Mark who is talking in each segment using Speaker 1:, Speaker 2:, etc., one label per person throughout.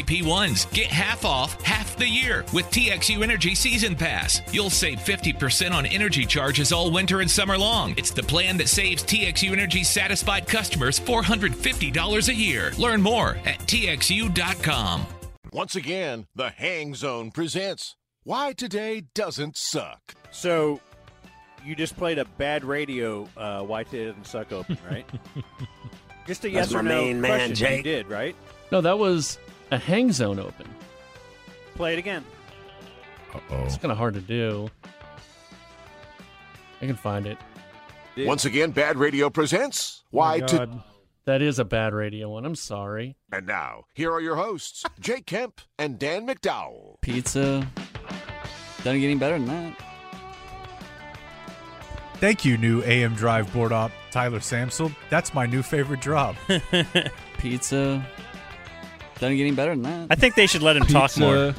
Speaker 1: AP1s. Get half off half the year with TXU Energy Season Pass. You'll save 50% on energy charges all winter and summer long. It's the plan that saves TXU Energy satisfied customers $450 a year. Learn more at TXU.com.
Speaker 2: Once again, the Hang Zone presents Why Today Doesn't Suck.
Speaker 3: So you just played a bad radio uh, why did it not suck open, right? just a yes
Speaker 4: That's
Speaker 3: or
Speaker 4: my
Speaker 3: no
Speaker 4: main man,
Speaker 3: question. You
Speaker 4: Jake.
Speaker 3: did right.
Speaker 5: No, that was a hang zone open.
Speaker 3: Play it again.
Speaker 5: It's kind of hard to do. I can find it.
Speaker 3: Dude.
Speaker 2: Once again, Bad Radio presents Why Today.
Speaker 5: That is a bad radio one. I'm sorry.
Speaker 2: And now, here are your hosts, Jake Kemp and Dan McDowell.
Speaker 6: Pizza. Doesn't get any better than that.
Speaker 7: Thank you, new AM Drive board op Tyler Samsel. That's my new favorite drop.
Speaker 6: Pizza. Doesn't get any better than that.
Speaker 8: I think they should let him talk more.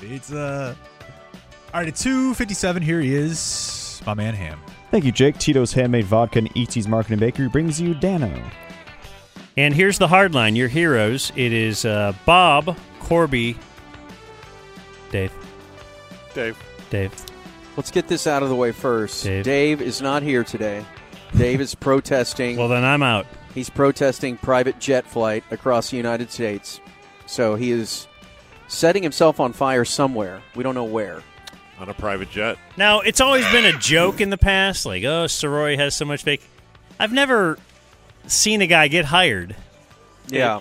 Speaker 7: Pizza. uh, All right, at 257, here he is, my man Ham.
Speaker 9: Thank you, Jake. Tito's Handmade Vodka and E.T.'s Market and Bakery brings you Dano.
Speaker 8: And here's the hard line: your heroes. It is uh, Bob, Corby, Dave,
Speaker 3: Dave.
Speaker 8: Dave.
Speaker 10: Let's get this out of the way first.
Speaker 8: Dave.
Speaker 10: is not here today. Dave is protesting.
Speaker 8: Well, then I'm out.
Speaker 10: He's protesting private jet flight across the United States. So he is setting himself on fire somewhere. We don't know where.
Speaker 3: On a private jet.
Speaker 8: Now it's always been a joke in the past, like oh, Soroy has so much fake. I've never seen a guy get hired,
Speaker 10: Yeah.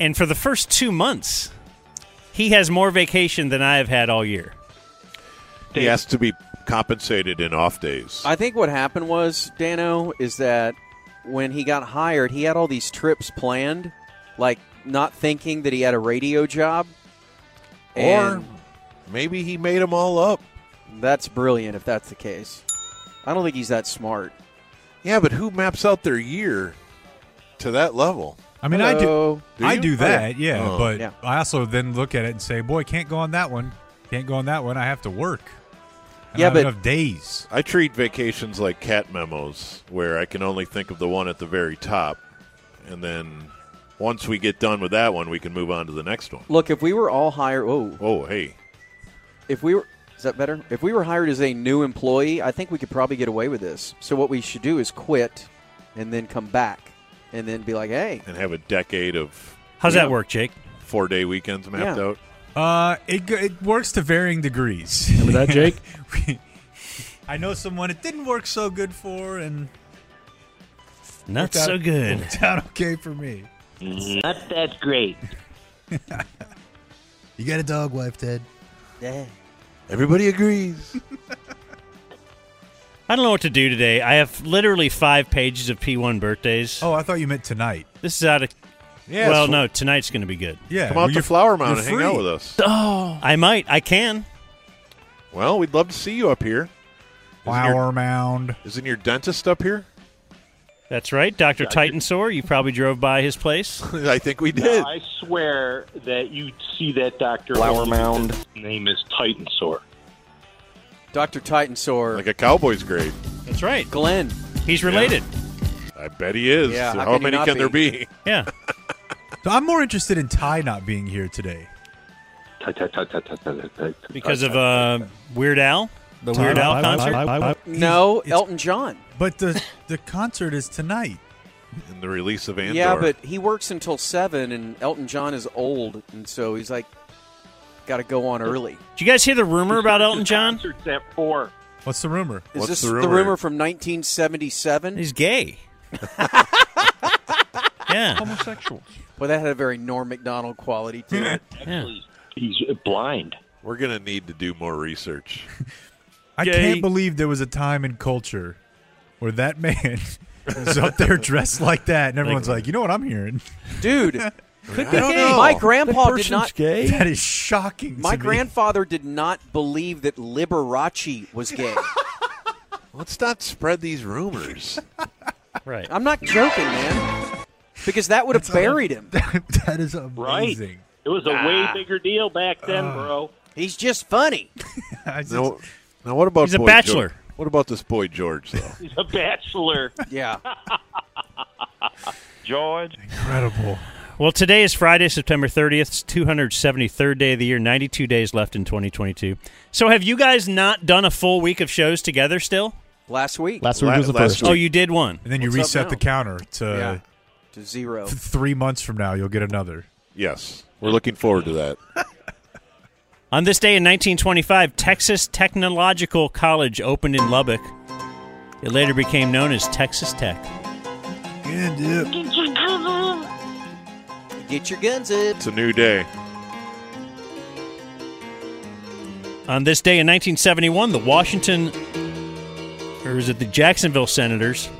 Speaker 8: and for the first two months, he has more vacation than I have had all year.
Speaker 11: He has to be compensated in off days.
Speaker 10: I think what happened was, Dano, is that when he got hired, he had all these trips planned, like not thinking that he had a radio job.
Speaker 11: or
Speaker 10: And
Speaker 11: maybe he made them all up.
Speaker 10: that's brilliant if that's the case. I don't think he's that smart.
Speaker 11: Yeah, but who maps out their year to that level?
Speaker 7: I mean,
Speaker 10: Hello.
Speaker 7: I do, I
Speaker 11: you?
Speaker 7: do
Speaker 11: Oh,
Speaker 7: that,
Speaker 11: yeah.
Speaker 7: yeah,
Speaker 11: Oh.
Speaker 7: but
Speaker 10: Yeah.
Speaker 7: I also then look at it and say, boy, can't go on that one. Can't go on that one. I have to work. I don't
Speaker 10: Yeah,
Speaker 7: have
Speaker 10: but-
Speaker 7: enough days.
Speaker 11: I treat vacations like cat memos, where I can only think of the one at the very top, and then once we get done with that one, we can move on to the next one.
Speaker 10: Look, if we were all hired, oh,
Speaker 11: Oh, hey,
Speaker 10: if we were is that better if we were hired as a new employee i think we could probably get away with this so what we should do is quit and then come back and then be like hey
Speaker 11: and have a decade of
Speaker 8: How's
Speaker 10: Yeah.
Speaker 8: that work, Jake?
Speaker 11: four day weekends mapped
Speaker 10: Yeah.
Speaker 11: out.
Speaker 7: Uh, it, go- it works to varying degrees.
Speaker 5: Remember that, Jake?
Speaker 7: I know someone it didn't work so good for, and
Speaker 8: Not
Speaker 7: worked out-
Speaker 8: so good.
Speaker 7: Worked out okay for me.
Speaker 4: Not that great.
Speaker 7: You got a dog wife, Ted.
Speaker 10: eh,
Speaker 11: Everybody agrees.
Speaker 8: I don't know what to do today. I have literally five pages of P1 birthdays.
Speaker 7: Oh, I thought you meant tonight.
Speaker 8: This is out of.
Speaker 11: Yeah.
Speaker 8: well,
Speaker 11: so
Speaker 8: no, tonight's going to be good.
Speaker 7: Yeah.
Speaker 11: Come
Speaker 7: well,
Speaker 11: out
Speaker 7: you're-
Speaker 11: to Flower
Speaker 7: you're
Speaker 11: Mound and hang out
Speaker 7: free.
Speaker 11: with us.
Speaker 7: Oh.
Speaker 8: I might. I can.
Speaker 11: Well, we'd love to see you up here. Isn't your-
Speaker 7: Flower Mound.
Speaker 11: Isn't your dentist up here?
Speaker 8: That's right, Doctor Titansor. You probably drove by his place.
Speaker 11: I think we did.
Speaker 4: I swear that you see that doctor.
Speaker 10: Flower mound.
Speaker 4: His name is Titan Sore.
Speaker 10: dr titan sore
Speaker 11: Like a Cowboys grade.
Speaker 8: That's right.
Speaker 10: glenn
Speaker 8: He's related.
Speaker 11: I bet he is.
Speaker 10: Yeah,
Speaker 11: So
Speaker 10: how
Speaker 11: how
Speaker 10: can he
Speaker 11: many
Speaker 10: not
Speaker 11: can there
Speaker 10: be?
Speaker 11: be?
Speaker 8: Yeah.
Speaker 7: So I'm more interested in Ty not being here today.
Speaker 8: because of uh, Weird Al. The Weird Al concert.
Speaker 10: no
Speaker 7: It's-
Speaker 10: elton john
Speaker 7: But the the concert is tonight.
Speaker 11: In the release of Andor.
Speaker 10: yeah but he works until seven and elton john is old and so he's like gotta go on early
Speaker 8: Did you guys hear the rumor about Elton John?
Speaker 4: Concert's at four.
Speaker 7: What's the rumor?
Speaker 10: is
Speaker 11: What's
Speaker 10: this
Speaker 11: the
Speaker 10: the rumor,
Speaker 11: rumor?
Speaker 10: from 1977
Speaker 8: He's gay. yeah.
Speaker 10: well that had a very norm mcdonald quality to it
Speaker 8: yeah.
Speaker 4: He's blind.
Speaker 11: we're gonna need to do more research.
Speaker 7: I can't believe there was a time in culture where that man was up there dressed like that, and everyone's like, you know what I'm hearing?
Speaker 10: dude
Speaker 11: I don't know.
Speaker 10: my grandpa Oh, did not
Speaker 9: gay.
Speaker 7: That is shocking.
Speaker 10: My
Speaker 7: to me.
Speaker 10: grandfather did not believe that Liberace was gay.
Speaker 11: Let's not spread these rumors.
Speaker 8: Right.
Speaker 10: I'm not joking, man. Because that would have buried him.
Speaker 7: that is amazing.
Speaker 4: It was a way bigger deal back then, bro.
Speaker 10: He's just funny.
Speaker 7: I just-
Speaker 11: now, now what about
Speaker 8: He's a
Speaker 11: boy
Speaker 8: bachelor.
Speaker 11: George? What about this boy George though?
Speaker 4: He's a bachelor.
Speaker 10: Yeah.
Speaker 4: George.
Speaker 12: Uh,
Speaker 7: Incredible.
Speaker 8: Well, today is Friday, September 30th, 273rd day of the year, 92 days left in 2022. So, have you guys not done a full week of shows together still?
Speaker 10: Last week.
Speaker 9: Last week was the first.
Speaker 8: Oh, you did one.
Speaker 7: And then you
Speaker 10: What's
Speaker 7: reset
Speaker 10: up
Speaker 7: the
Speaker 10: now?
Speaker 7: counter
Speaker 8: Uh.
Speaker 7: to
Speaker 10: to zero.
Speaker 7: th- three months from now. You'll get another.
Speaker 11: Yes, we're looking forward to that.
Speaker 8: On this day in 1925, Texas Technological College opened in Lubbock. It later became known as Texas Tech.
Speaker 10: Get your guns up.
Speaker 11: It's a new day.
Speaker 8: On this day in 1971, the Washington, or is it the Jacksonville Senators,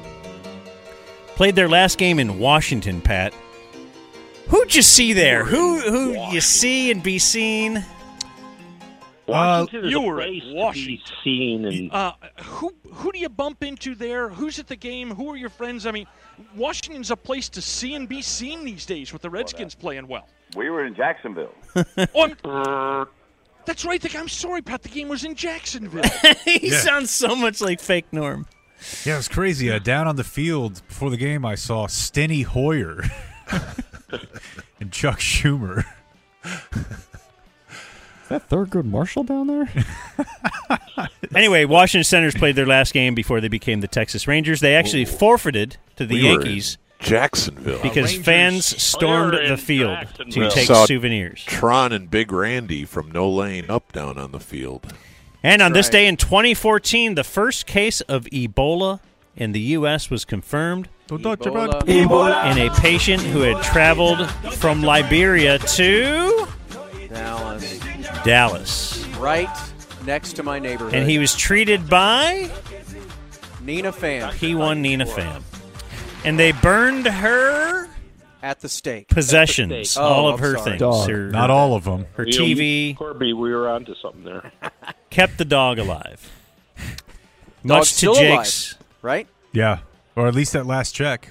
Speaker 8: played their last game in Washington, Pat. Who'd you see there? Who who you see and be seen?
Speaker 7: Uh,
Speaker 4: Washington is
Speaker 13: you
Speaker 4: a
Speaker 13: were at
Speaker 4: place to be
Speaker 13: Washington.
Speaker 4: seen and
Speaker 13: Uh, who who do you bump into there? Who's at the game? Who are your friends? I mean, Washington's a place to see and be seen these days with the Redskins playing well.
Speaker 14: We were in Jacksonville. Uh.
Speaker 13: Oh, I'm- that's right. The, I'm sorry, Pat. The game was in Jacksonville.
Speaker 8: he
Speaker 7: Yeah.
Speaker 8: sounds so much like fake Norm.
Speaker 7: Yeah, it was crazy. Uh, down on the field before the game, I saw Steny Hoyer and Chuck Schumer.
Speaker 9: Is that Thurgood Marshall down there?
Speaker 8: Anyway, Washington Senators played their last game before they became the Texas Rangers. They actually forfeited to the
Speaker 11: Oh. We were in
Speaker 8: Yankees
Speaker 11: Jacksonville.
Speaker 13: Uh,
Speaker 8: because
Speaker 11: Rangers
Speaker 8: fans stormed
Speaker 11: player
Speaker 8: the
Speaker 11: in
Speaker 8: field to
Speaker 11: We
Speaker 8: take
Speaker 11: saw
Speaker 8: souvenirs.
Speaker 11: Tron and Big Randy from No Lane up down on the field.
Speaker 8: And on
Speaker 11: That's
Speaker 8: this day in 2014, the first case of Ebola in the U.S. was confirmed
Speaker 7: Ebola.
Speaker 8: in a patient who had traveled from Liberia to
Speaker 10: Dallas.
Speaker 8: Dallas.
Speaker 10: Right next to my neighborhood.
Speaker 8: And he was treated by
Speaker 10: Nina Pham
Speaker 8: P1 Nina Pham. And they burned her
Speaker 10: at the stake.
Speaker 8: possessions,
Speaker 10: Oh,
Speaker 8: all of
Speaker 10: I'm
Speaker 8: her
Speaker 10: sorry.
Speaker 8: things.
Speaker 7: Dog.
Speaker 8: Her-
Speaker 7: Not all of 'em.
Speaker 8: Her
Speaker 4: You know,
Speaker 8: TV,
Speaker 4: Corby, we were onto something there.
Speaker 8: kept the dog alive. Much to
Speaker 10: still
Speaker 8: Jake's.
Speaker 10: alive, right?
Speaker 7: Yeah, or at least that last check.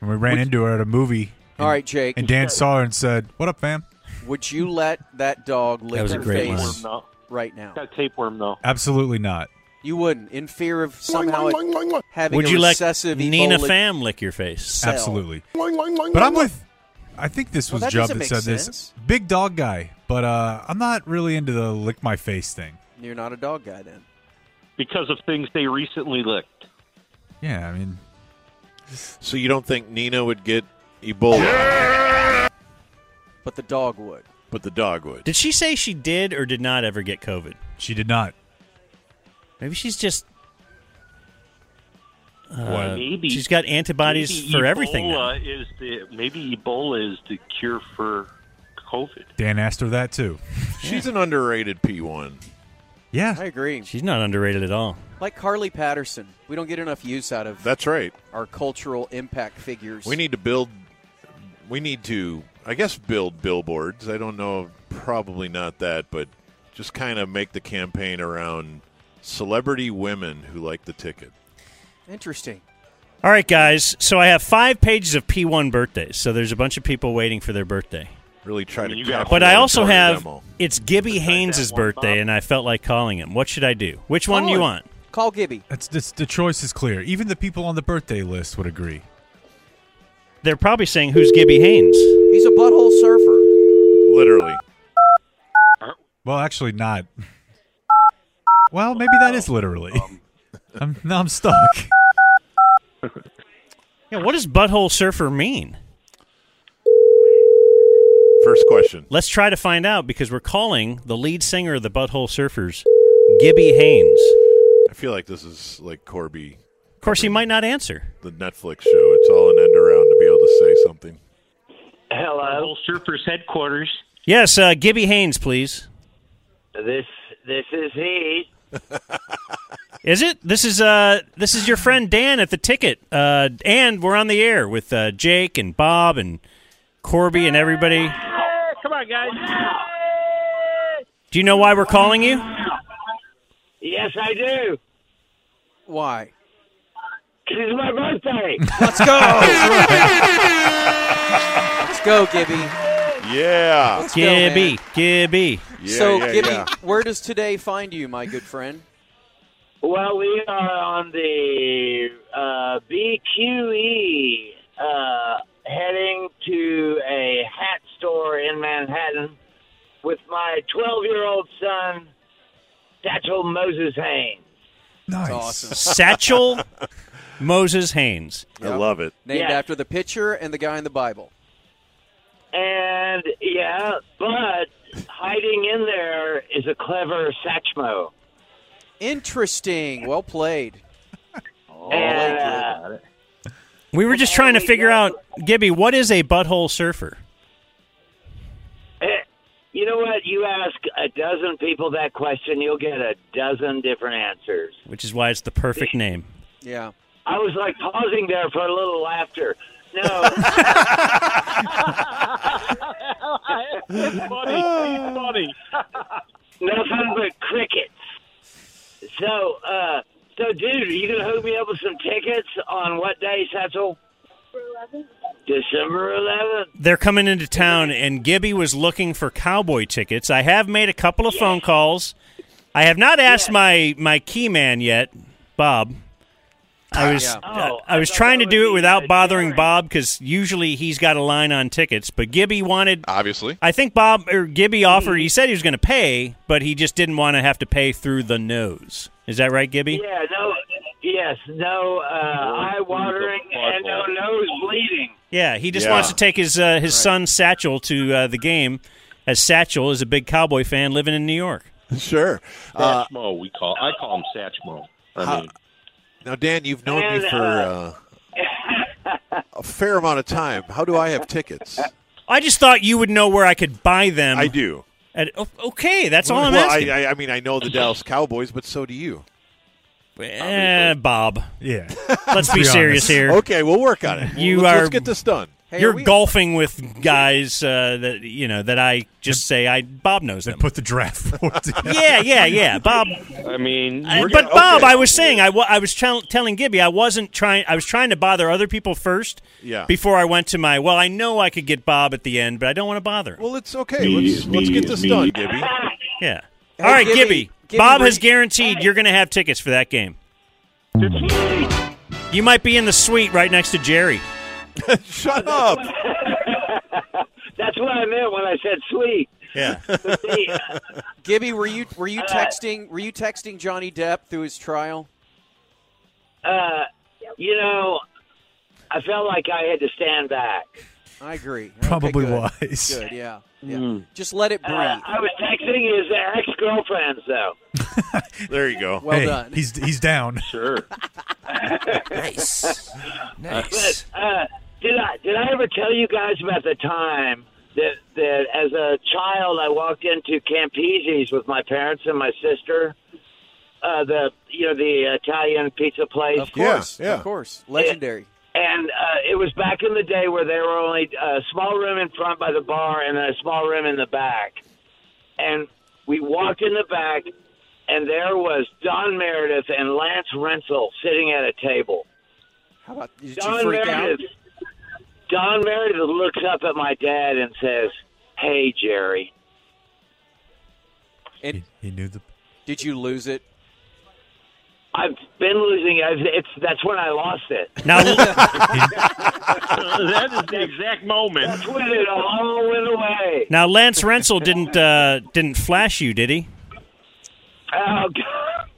Speaker 7: And we ran into her at a movie.
Speaker 10: All right, Jake.
Speaker 7: And Dan saw her and said, "What up, fam?"
Speaker 10: Would you let that dog lick
Speaker 7: was a
Speaker 10: your
Speaker 7: great line.
Speaker 10: face right now?
Speaker 4: Got a tapeworm
Speaker 10: Oh.
Speaker 4: though.
Speaker 7: Absolutely not.
Speaker 10: You wouldn't, in fear of somehow it- having
Speaker 8: Would
Speaker 10: a
Speaker 8: you let
Speaker 10: recessive
Speaker 8: Nina
Speaker 10: Ebola-
Speaker 8: Pham lick your face?
Speaker 10: Cell.
Speaker 7: Absolutely.
Speaker 10: But
Speaker 7: But I'm with. I think this
Speaker 10: Well,
Speaker 7: was
Speaker 10: that
Speaker 7: Jub
Speaker 10: doesn't
Speaker 7: that
Speaker 10: make
Speaker 7: said
Speaker 10: sense.
Speaker 7: this. Big dog guy, but uh, I'm not really into the lick my face thing.
Speaker 10: You're not a dog guy then.
Speaker 4: Because of things they recently licked.
Speaker 7: Yeah, I mean,
Speaker 11: So you don't think Nina would get Ebola,
Speaker 10: But the dog would.
Speaker 11: but the dog would.
Speaker 8: Did she say she did or did not ever get COVID?
Speaker 7: She did not.
Speaker 8: Maybe she's just. Uh,
Speaker 4: Well, maybe-
Speaker 8: she's got antibodies
Speaker 4: maybe
Speaker 8: for everything. Now.
Speaker 4: Ebola Uh, Is the, maybe Ebola is the cure for COVID.
Speaker 7: Dan asked her that too.
Speaker 11: She's an underrated P1.
Speaker 7: Yeah,
Speaker 10: I agree.
Speaker 8: She's not underrated at all.
Speaker 10: Like Carly Patterson, we don't get enough use out of
Speaker 11: That's right.
Speaker 10: our cultural impact figures.
Speaker 11: We need to build. We need to, I guess, build billboards. I don't know, probably not that, but just kind of make the campaign around celebrity women who like the ticket.
Speaker 10: Interesting.
Speaker 8: All right, guys. So I have five pages of P1 birthdays. So there's a bunch of people waiting for their birthday.
Speaker 11: Really try to. capitalize
Speaker 8: But I also
Speaker 11: on the
Speaker 8: have
Speaker 11: demo.
Speaker 8: it's Gibby Haynes' birthday, and I felt like calling him. What should I do? Which one do you
Speaker 10: Colin,
Speaker 8: want?
Speaker 10: Call Gibby.
Speaker 7: That's, that's the choice is clear. Even the people on the birthday list would agree.
Speaker 8: They're probably saying who's Gibby Haynes.
Speaker 10: He's a butthole surfer.
Speaker 11: literally.
Speaker 7: Well, actually, not. Well, maybe that is literally.
Speaker 10: Um,
Speaker 7: I'm, no, I'm stuck.
Speaker 8: Yeah, what does butthole surfer mean?
Speaker 11: First question.
Speaker 8: Let's try to find out because we're calling the lead singer of the Butthole Surfers, Gibby Haynes.
Speaker 11: I feel like this is like Corby,
Speaker 8: Of course, he might not answer.
Speaker 11: the Netflix show. It's all an end around to be able to say something.
Speaker 4: Hello, Surfers headquarters.
Speaker 8: Yes, uh, Gibby Haynes, please.
Speaker 12: This this is he.
Speaker 8: Is it? This is uh, this is your friend Dan at the ticket, uh, and we're on the air with uh, Jake and Bob and Corby and everybody.
Speaker 12: Come on, guys.
Speaker 8: Do you know why we're calling you?
Speaker 12: Yes, I do.
Speaker 10: Why?
Speaker 12: It's my birthday.
Speaker 10: Let's go. Let's go, Gibby.
Speaker 11: Yeah.
Speaker 10: Let's go, man.
Speaker 8: Gibby, Gibby.
Speaker 10: so, Gibby, where does today find you, my good friend?
Speaker 12: well, we are on the E, uh, BQE uh, heading to a hat store in Manhattan with my 12 year old son, Satchel Moses Haynes.
Speaker 7: Nice.
Speaker 8: Satchel Moses Haynes.
Speaker 11: I love it.
Speaker 10: Named
Speaker 12: Yeah.
Speaker 10: after the pitcher and the guy in the Bible.
Speaker 12: And yeah, but hiding in there is a clever Satchmo.
Speaker 10: Interesting. Well played.
Speaker 12: And,
Speaker 10: I
Speaker 12: uh,
Speaker 8: We were just trying to figure out, Gibby, what is a butthole surfer?
Speaker 12: Eh, You know what? You ask a dozen people that question, you'll get a dozen different answers.
Speaker 8: Which is why it's the perfect name.
Speaker 10: Yeah.
Speaker 12: I was like pausing there for a little laughter. No.
Speaker 13: It's funny. It's funny.
Speaker 12: Nothing but crickets. So, uh, so dude, are you gonna hook me up with some tickets on what day, Satchel? December 11th.
Speaker 8: They're coming into town, and Gibby was looking for cowboy tickets. I have made a couple of phone calls. I have not asked my my key man yet, Bob. I was
Speaker 14: Yeah.
Speaker 8: uh,
Speaker 14: Oh,
Speaker 8: I was trying to do it without bothering Bob because usually he's got a line on tickets. But Gibby wanted
Speaker 11: obviously.
Speaker 8: I think Bob or Gibby offered.
Speaker 12: Hmm.
Speaker 8: He said he was going to pay, but he just didn't want to have to pay through the nose. Is that right, Gibby?
Speaker 12: Yeah, no, yes, no uh, eye watering and no nose bleeding.
Speaker 8: Yeah, he just
Speaker 12: Yeah.
Speaker 8: wants to take his uh, his son Satchel to uh, the game, as Satchel is a big cowboy fan living in New York.
Speaker 11: Sure,
Speaker 8: Uh,
Speaker 4: Satchmo, we call. I call him Satchmo. I mean,
Speaker 11: Now, Dan, you've known
Speaker 4: And,
Speaker 11: me for
Speaker 4: uh,
Speaker 11: uh, a fair amount of time. How do I have tickets?
Speaker 8: I just thought you would know where I could buy them. I
Speaker 11: do.
Speaker 8: okay, that's all I'm
Speaker 11: well,
Speaker 8: asking.
Speaker 11: I, I, I mean, I know the Dallas Cowboys, but so do you.
Speaker 8: Eh, Bob.
Speaker 7: Yeah.
Speaker 8: Let's be, serious here.
Speaker 11: Okay, we'll work on it.
Speaker 8: You
Speaker 11: Let's-
Speaker 8: are.
Speaker 11: let's get this done.
Speaker 8: you're golfing with guys uh, that you know that I just say I. Bob knows them.
Speaker 7: Put the draft board together.
Speaker 8: yeah, yeah, yeah. Bob.
Speaker 4: I mean,
Speaker 8: I- but Bob, I was saying I wa- I was tell- telling Gibby I wasn't trying. I was trying to bother other people first.
Speaker 11: Yeah.
Speaker 8: Before I went to my well, I know I could get Bob at the end, but I don't want to bother. Him.
Speaker 11: Well, it's okay. let's let's get this done, Gibby.
Speaker 8: Yeah.
Speaker 11: Hey,
Speaker 8: All right,
Speaker 11: Gibby,
Speaker 8: Gibby.
Speaker 11: Gibby,
Speaker 8: Bob
Speaker 11: we're-
Speaker 8: has guaranteed you're going to have tickets for that game. You might be in the suite right next to Jerry.
Speaker 11: Shut up.
Speaker 12: That's what I meant when I said sweet.
Speaker 8: Yeah.
Speaker 10: Gibby, were you were you
Speaker 12: Uh,
Speaker 10: texting were you texting Johnny Depp through his trial?
Speaker 12: Uh, you know, I felt like I had to stand back.
Speaker 10: I agree.
Speaker 7: Probably
Speaker 10: okay, good.
Speaker 7: wise.
Speaker 10: Good, yeah. yeah. Just let it breathe.
Speaker 12: Hmm. Uh, I was texting his ex girlfriends, though.
Speaker 11: There you go.
Speaker 10: Well
Speaker 7: hey,
Speaker 10: done.
Speaker 7: He's he's down.
Speaker 4: Sure.
Speaker 12: nice.
Speaker 4: Nice.
Speaker 12: But, uh, did I did I ever tell you guys about the time that that as a child I walked into Campese's with my parents and my sister, uh, the you know the Italian pizza place.
Speaker 10: Of course. Of course. Legendary.
Speaker 12: And uh, it was back in the day where there were only a small room in front by the bar and then a small room in the back. And we walked in the back, and there was Don Meredith and Lance Rensel sitting at a table.
Speaker 10: How about did
Speaker 12: Don
Speaker 10: you freak
Speaker 12: Meredith. Don Meredith looks up at my dad and says, "Hey, Jerry."
Speaker 10: And
Speaker 7: he knew the.
Speaker 10: Did you lose it?
Speaker 12: I've been losing. it. I've, it's that's when I lost it.
Speaker 8: Now,
Speaker 12: that is the exact moment. That's when it all went away.
Speaker 8: Now, Lance Rensel didn't uh, didn't flash you, did he?
Speaker 12: Oh God!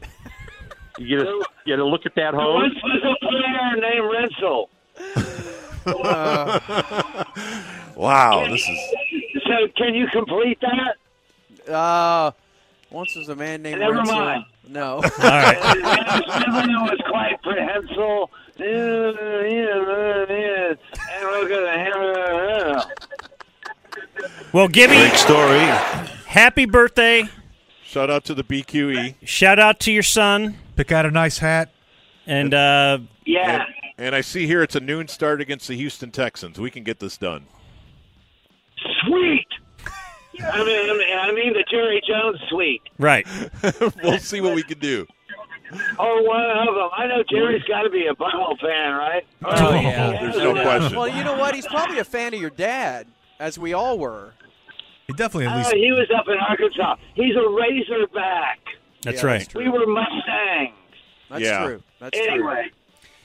Speaker 4: you get a, you get a look at that
Speaker 12: There
Speaker 4: hose.
Speaker 12: once was a player named Rensel.
Speaker 11: wow, this is
Speaker 12: So can you complete that?
Speaker 10: Uh once was a man named
Speaker 12: Never
Speaker 10: Renzo.
Speaker 12: mind.
Speaker 10: No. All
Speaker 12: Everyone was quite prehensile. And we're gonna have-
Speaker 8: Well, Gibby.
Speaker 11: Big story.
Speaker 8: Happy birthday.
Speaker 11: Shout out to the E. BQE.
Speaker 8: Shout out to your son.
Speaker 7: Pick out a nice hat.
Speaker 8: And uh,
Speaker 12: Yeah.
Speaker 11: And, and I see here it's a noon start against the Houston Texans. We can get this done.
Speaker 12: Sweet. I mean, I mean, I mean the Jerry Jones suite,
Speaker 8: Right.
Speaker 11: we'll see what we can do.
Speaker 12: or Oh, one of them. I know Jerry's got to be a Bible fan, right?
Speaker 10: Oh, yeah.
Speaker 11: There's no question.
Speaker 10: Well, you know what? He's probably a fan of your dad, as we all were.
Speaker 7: He definitely
Speaker 12: Oh, he was up in Arkansas. He's a Razorback.
Speaker 8: That's
Speaker 10: Yeah,
Speaker 8: right.
Speaker 10: that's
Speaker 12: We were Mustangs.
Speaker 10: That's
Speaker 11: Yeah.
Speaker 10: true. That's
Speaker 12: anyway,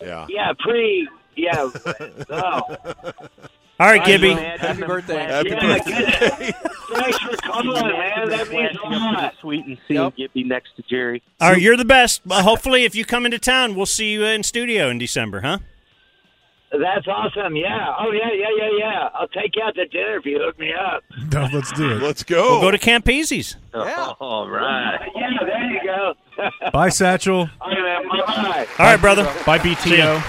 Speaker 11: Yeah.
Speaker 12: yeah, pre Yeah. oh.
Speaker 8: All right, Gibby.
Speaker 12: Happy birthday. Happy birthday. Thanks for coming, man. That means a lot.
Speaker 4: Sweet and seeing Gibby next to Jerry.
Speaker 8: All right, you're the best. Well, hopefully, if you come into town, we'll see you in studio in December, huh?
Speaker 12: That's awesome. Yeah. Oh, yeah, yeah, yeah, yeah. I'll take you out to dinner if you hook me up.
Speaker 10: Uh,
Speaker 7: No, let's do it.
Speaker 11: Let's go.
Speaker 8: We'll go to Campese's.
Speaker 12: Yeah. All right. Yeah, there you go.
Speaker 7: Bye, Satchel.
Speaker 12: All right, man. Bye-bye.
Speaker 8: All right, brother.
Speaker 5: Bye, BTO.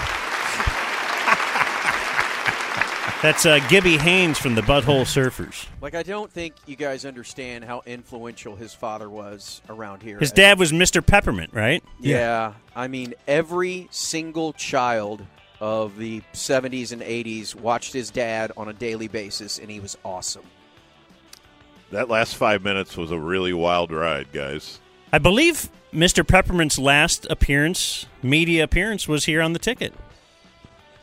Speaker 8: That's uh, Gibby Haynes from the Butthole Surfers.
Speaker 10: Like, I don't think you guys understand how influential his father was around here.
Speaker 8: His dad was Mr. Peppermint, right?
Speaker 10: Yeah. I mean, every single child of the 70s and 80s watched his dad on a daily basis, and he was awesome.
Speaker 11: That last five minutes was a really wild ride, guys.
Speaker 8: I believe Mr. Peppermint's last appearance, media appearance, was here on the ticket.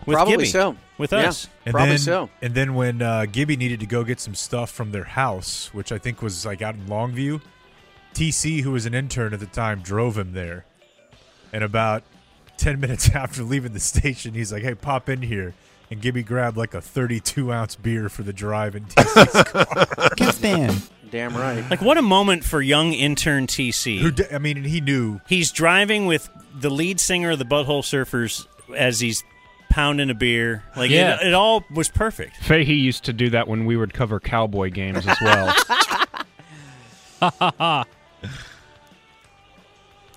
Speaker 8: With
Speaker 10: Probably
Speaker 8: Gibby,
Speaker 10: so.
Speaker 8: With
Speaker 10: Yeah.
Speaker 8: us.
Speaker 7: And
Speaker 10: Probably
Speaker 7: then,
Speaker 10: so.
Speaker 7: And then when uh, Gibby needed to go get some stuff from their house, which I think was like out in Longview, TC, who was an intern at the time, drove him there. And about ten minutes after leaving the station, he's like, "Hey, pop in here." And Gibby grabbed like a 32 ounce beer for the drive in TC's car.
Speaker 8: Kiss Dan.
Speaker 10: Damn right.
Speaker 8: Like what a moment for young intern TC.
Speaker 7: Who d- I mean, and he knew
Speaker 8: he's driving with the lead singer of the Butthole Surfers as he's pounding a beer. Like
Speaker 14: Yeah.
Speaker 8: it, it all was perfect.
Speaker 14: Fahey used to do that when we would cover cowboy games as well.
Speaker 8: yeah,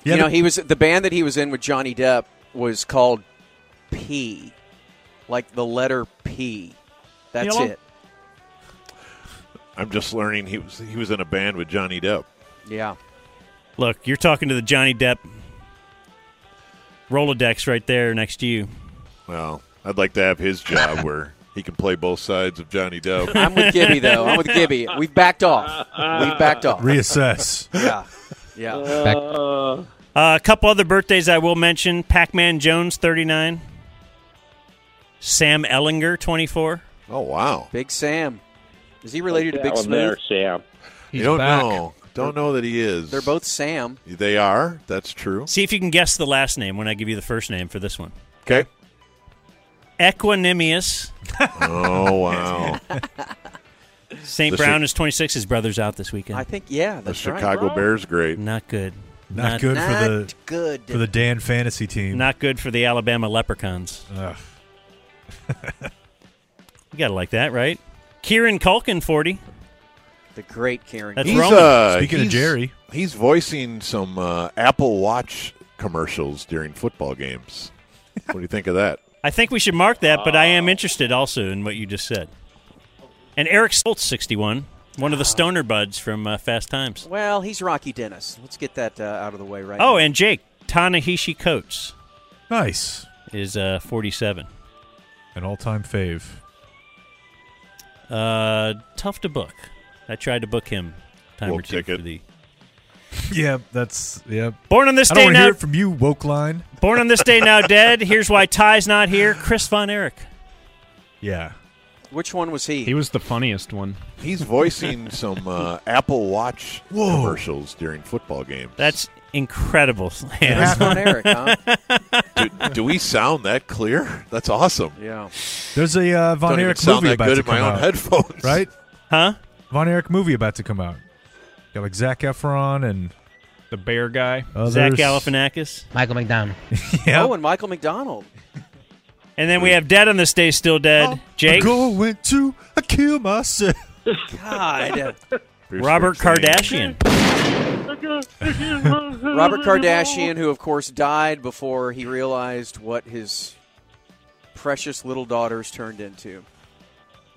Speaker 10: you know, he was the band that he was in with Johnny Depp was called P, like the letter P. That's
Speaker 11: Yellow?
Speaker 10: it.
Speaker 11: I'm just learning he was he was in a band with Johnny Depp.
Speaker 10: Yeah.
Speaker 8: Look, you're talking to the Johnny Depp Rolodex right there next to you.
Speaker 11: Well, I'd like to have his job where he can play both sides of Johnny Depp.
Speaker 10: I'm with Gibby though. I'm with Gibby. We've backed off. We've backed off.
Speaker 7: reassess.
Speaker 10: Yeah. Yeah.
Speaker 8: Uh, a couple other birthdays I will mention: Pac-Man Jones, 39; Sam Ellinger, 24.
Speaker 11: Oh wow,
Speaker 10: Big Sam. Is he related to
Speaker 11: That
Speaker 10: Big
Speaker 11: one
Speaker 10: Smooth?
Speaker 11: there,
Speaker 4: Sam.
Speaker 11: You
Speaker 8: He's
Speaker 11: don't
Speaker 8: back.
Speaker 11: know. Don't know that he is.
Speaker 10: They're both Sam.
Speaker 11: They are. That's true.
Speaker 8: See if you can guess the last name when I give you the first name for this one.
Speaker 11: Okay.
Speaker 8: Equanimous.
Speaker 11: Oh wow.
Speaker 8: St.
Speaker 11: The
Speaker 8: Brown
Speaker 11: Chi-
Speaker 8: is 26. His brother's out this weekend.
Speaker 10: I think yeah.
Speaker 11: the
Speaker 10: That's right.
Speaker 11: Chicago Bears great.
Speaker 8: Not good.
Speaker 7: Not, good for the
Speaker 10: good.
Speaker 7: for the Dan fantasy team.
Speaker 8: Not good for the Alabama Leprechauns. you gotta like that, right? Kieran Culkin, 40.
Speaker 10: The great Karen.
Speaker 8: That's
Speaker 11: He's,
Speaker 8: Roman.
Speaker 11: uh,
Speaker 7: Speaking of
Speaker 11: he's-
Speaker 7: Jerry.
Speaker 11: he's voicing some uh, Apple Watch commercials during football games. what do you think of that?
Speaker 8: I think we should mark that, but I am interested also in what you just said. And Eric Stoltz, 61. One of the stoner buds from uh, Fast Times.
Speaker 10: Well, he's Rocky Dennis. Let's get that uh, out of the way right.
Speaker 8: Oh,
Speaker 10: now.
Speaker 8: and Jake Tanahishi Coates
Speaker 7: Nice.
Speaker 8: is uh, 47.
Speaker 7: An all time fave.
Speaker 8: Uh, tough to book. I tried to book him time
Speaker 11: We'll
Speaker 8: or two
Speaker 11: take it.
Speaker 8: for the
Speaker 7: Yep, that's yep.
Speaker 8: Born on this
Speaker 7: I don't
Speaker 8: day
Speaker 7: wanna
Speaker 8: now-
Speaker 7: Hear it from you, woke line.
Speaker 8: Born on this day now dead. Here's why Ty's not here. Chris Von Erich.
Speaker 7: Yeah.
Speaker 10: which one was
Speaker 14: He was the funniest one.
Speaker 11: He's voicing some uh, Apple Watch
Speaker 7: Whoa.
Speaker 11: commercials during football games.
Speaker 8: That's incredible.
Speaker 11: Chris Von
Speaker 10: Erich, huh?
Speaker 11: do, do we sound that clear? That's awesome.
Speaker 10: Yeah.
Speaker 7: There's a uh, Von
Speaker 11: Don't even
Speaker 7: Erich
Speaker 11: sound
Speaker 7: movie
Speaker 11: that
Speaker 7: about
Speaker 11: good
Speaker 7: to
Speaker 11: in my
Speaker 7: come
Speaker 11: own
Speaker 7: out,
Speaker 11: headphones.
Speaker 7: right?
Speaker 8: Huh?
Speaker 7: Von Erich movie about to come out. Got like Zach Efron and
Speaker 14: The bear guy.
Speaker 7: others.
Speaker 8: Zach Galifianakis.
Speaker 14: Michael McDonald.
Speaker 7: Yeah.
Speaker 10: Oh, and Michael McDonald.
Speaker 8: And then we have dead on this day still dead.
Speaker 14: Oh,
Speaker 7: I'm
Speaker 8: Jake.
Speaker 7: going to I kill myself.
Speaker 10: God.
Speaker 8: Robert Kardashian.
Speaker 10: Robert Kardashian, who of course died before he realized what his precious little daughters turned into.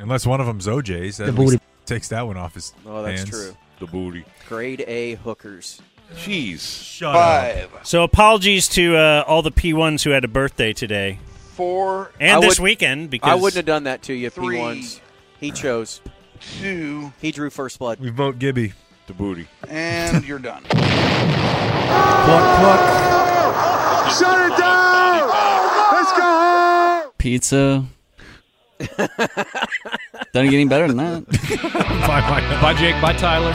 Speaker 7: Unless one of them's OJ's, that
Speaker 14: The
Speaker 7: at least
Speaker 14: booty.
Speaker 7: takes that one off his.
Speaker 10: Oh, that's
Speaker 7: hands.
Speaker 10: true.
Speaker 11: The booty.
Speaker 10: Grade A hookers.
Speaker 11: Jeez.
Speaker 7: Shut
Speaker 11: Five.
Speaker 8: So apologies to uh, all the P1s who had a birthday today.
Speaker 11: Uh,
Speaker 15: Four,
Speaker 8: And
Speaker 10: I
Speaker 8: this
Speaker 10: would-
Speaker 8: weekend because
Speaker 10: I wouldn't have done that to you,
Speaker 15: Three.
Speaker 10: P1s. He chose.
Speaker 15: two,
Speaker 10: He drew first blood.
Speaker 7: We vote Gibby.
Speaker 11: The booty.
Speaker 15: and you're done.
Speaker 7: Pluck, pluck.
Speaker 15: Shut it down! Let's go
Speaker 6: Pizza. Doesn't get any better than that.
Speaker 14: Bye, Mike. Bye, Jake. Bye, Tyler.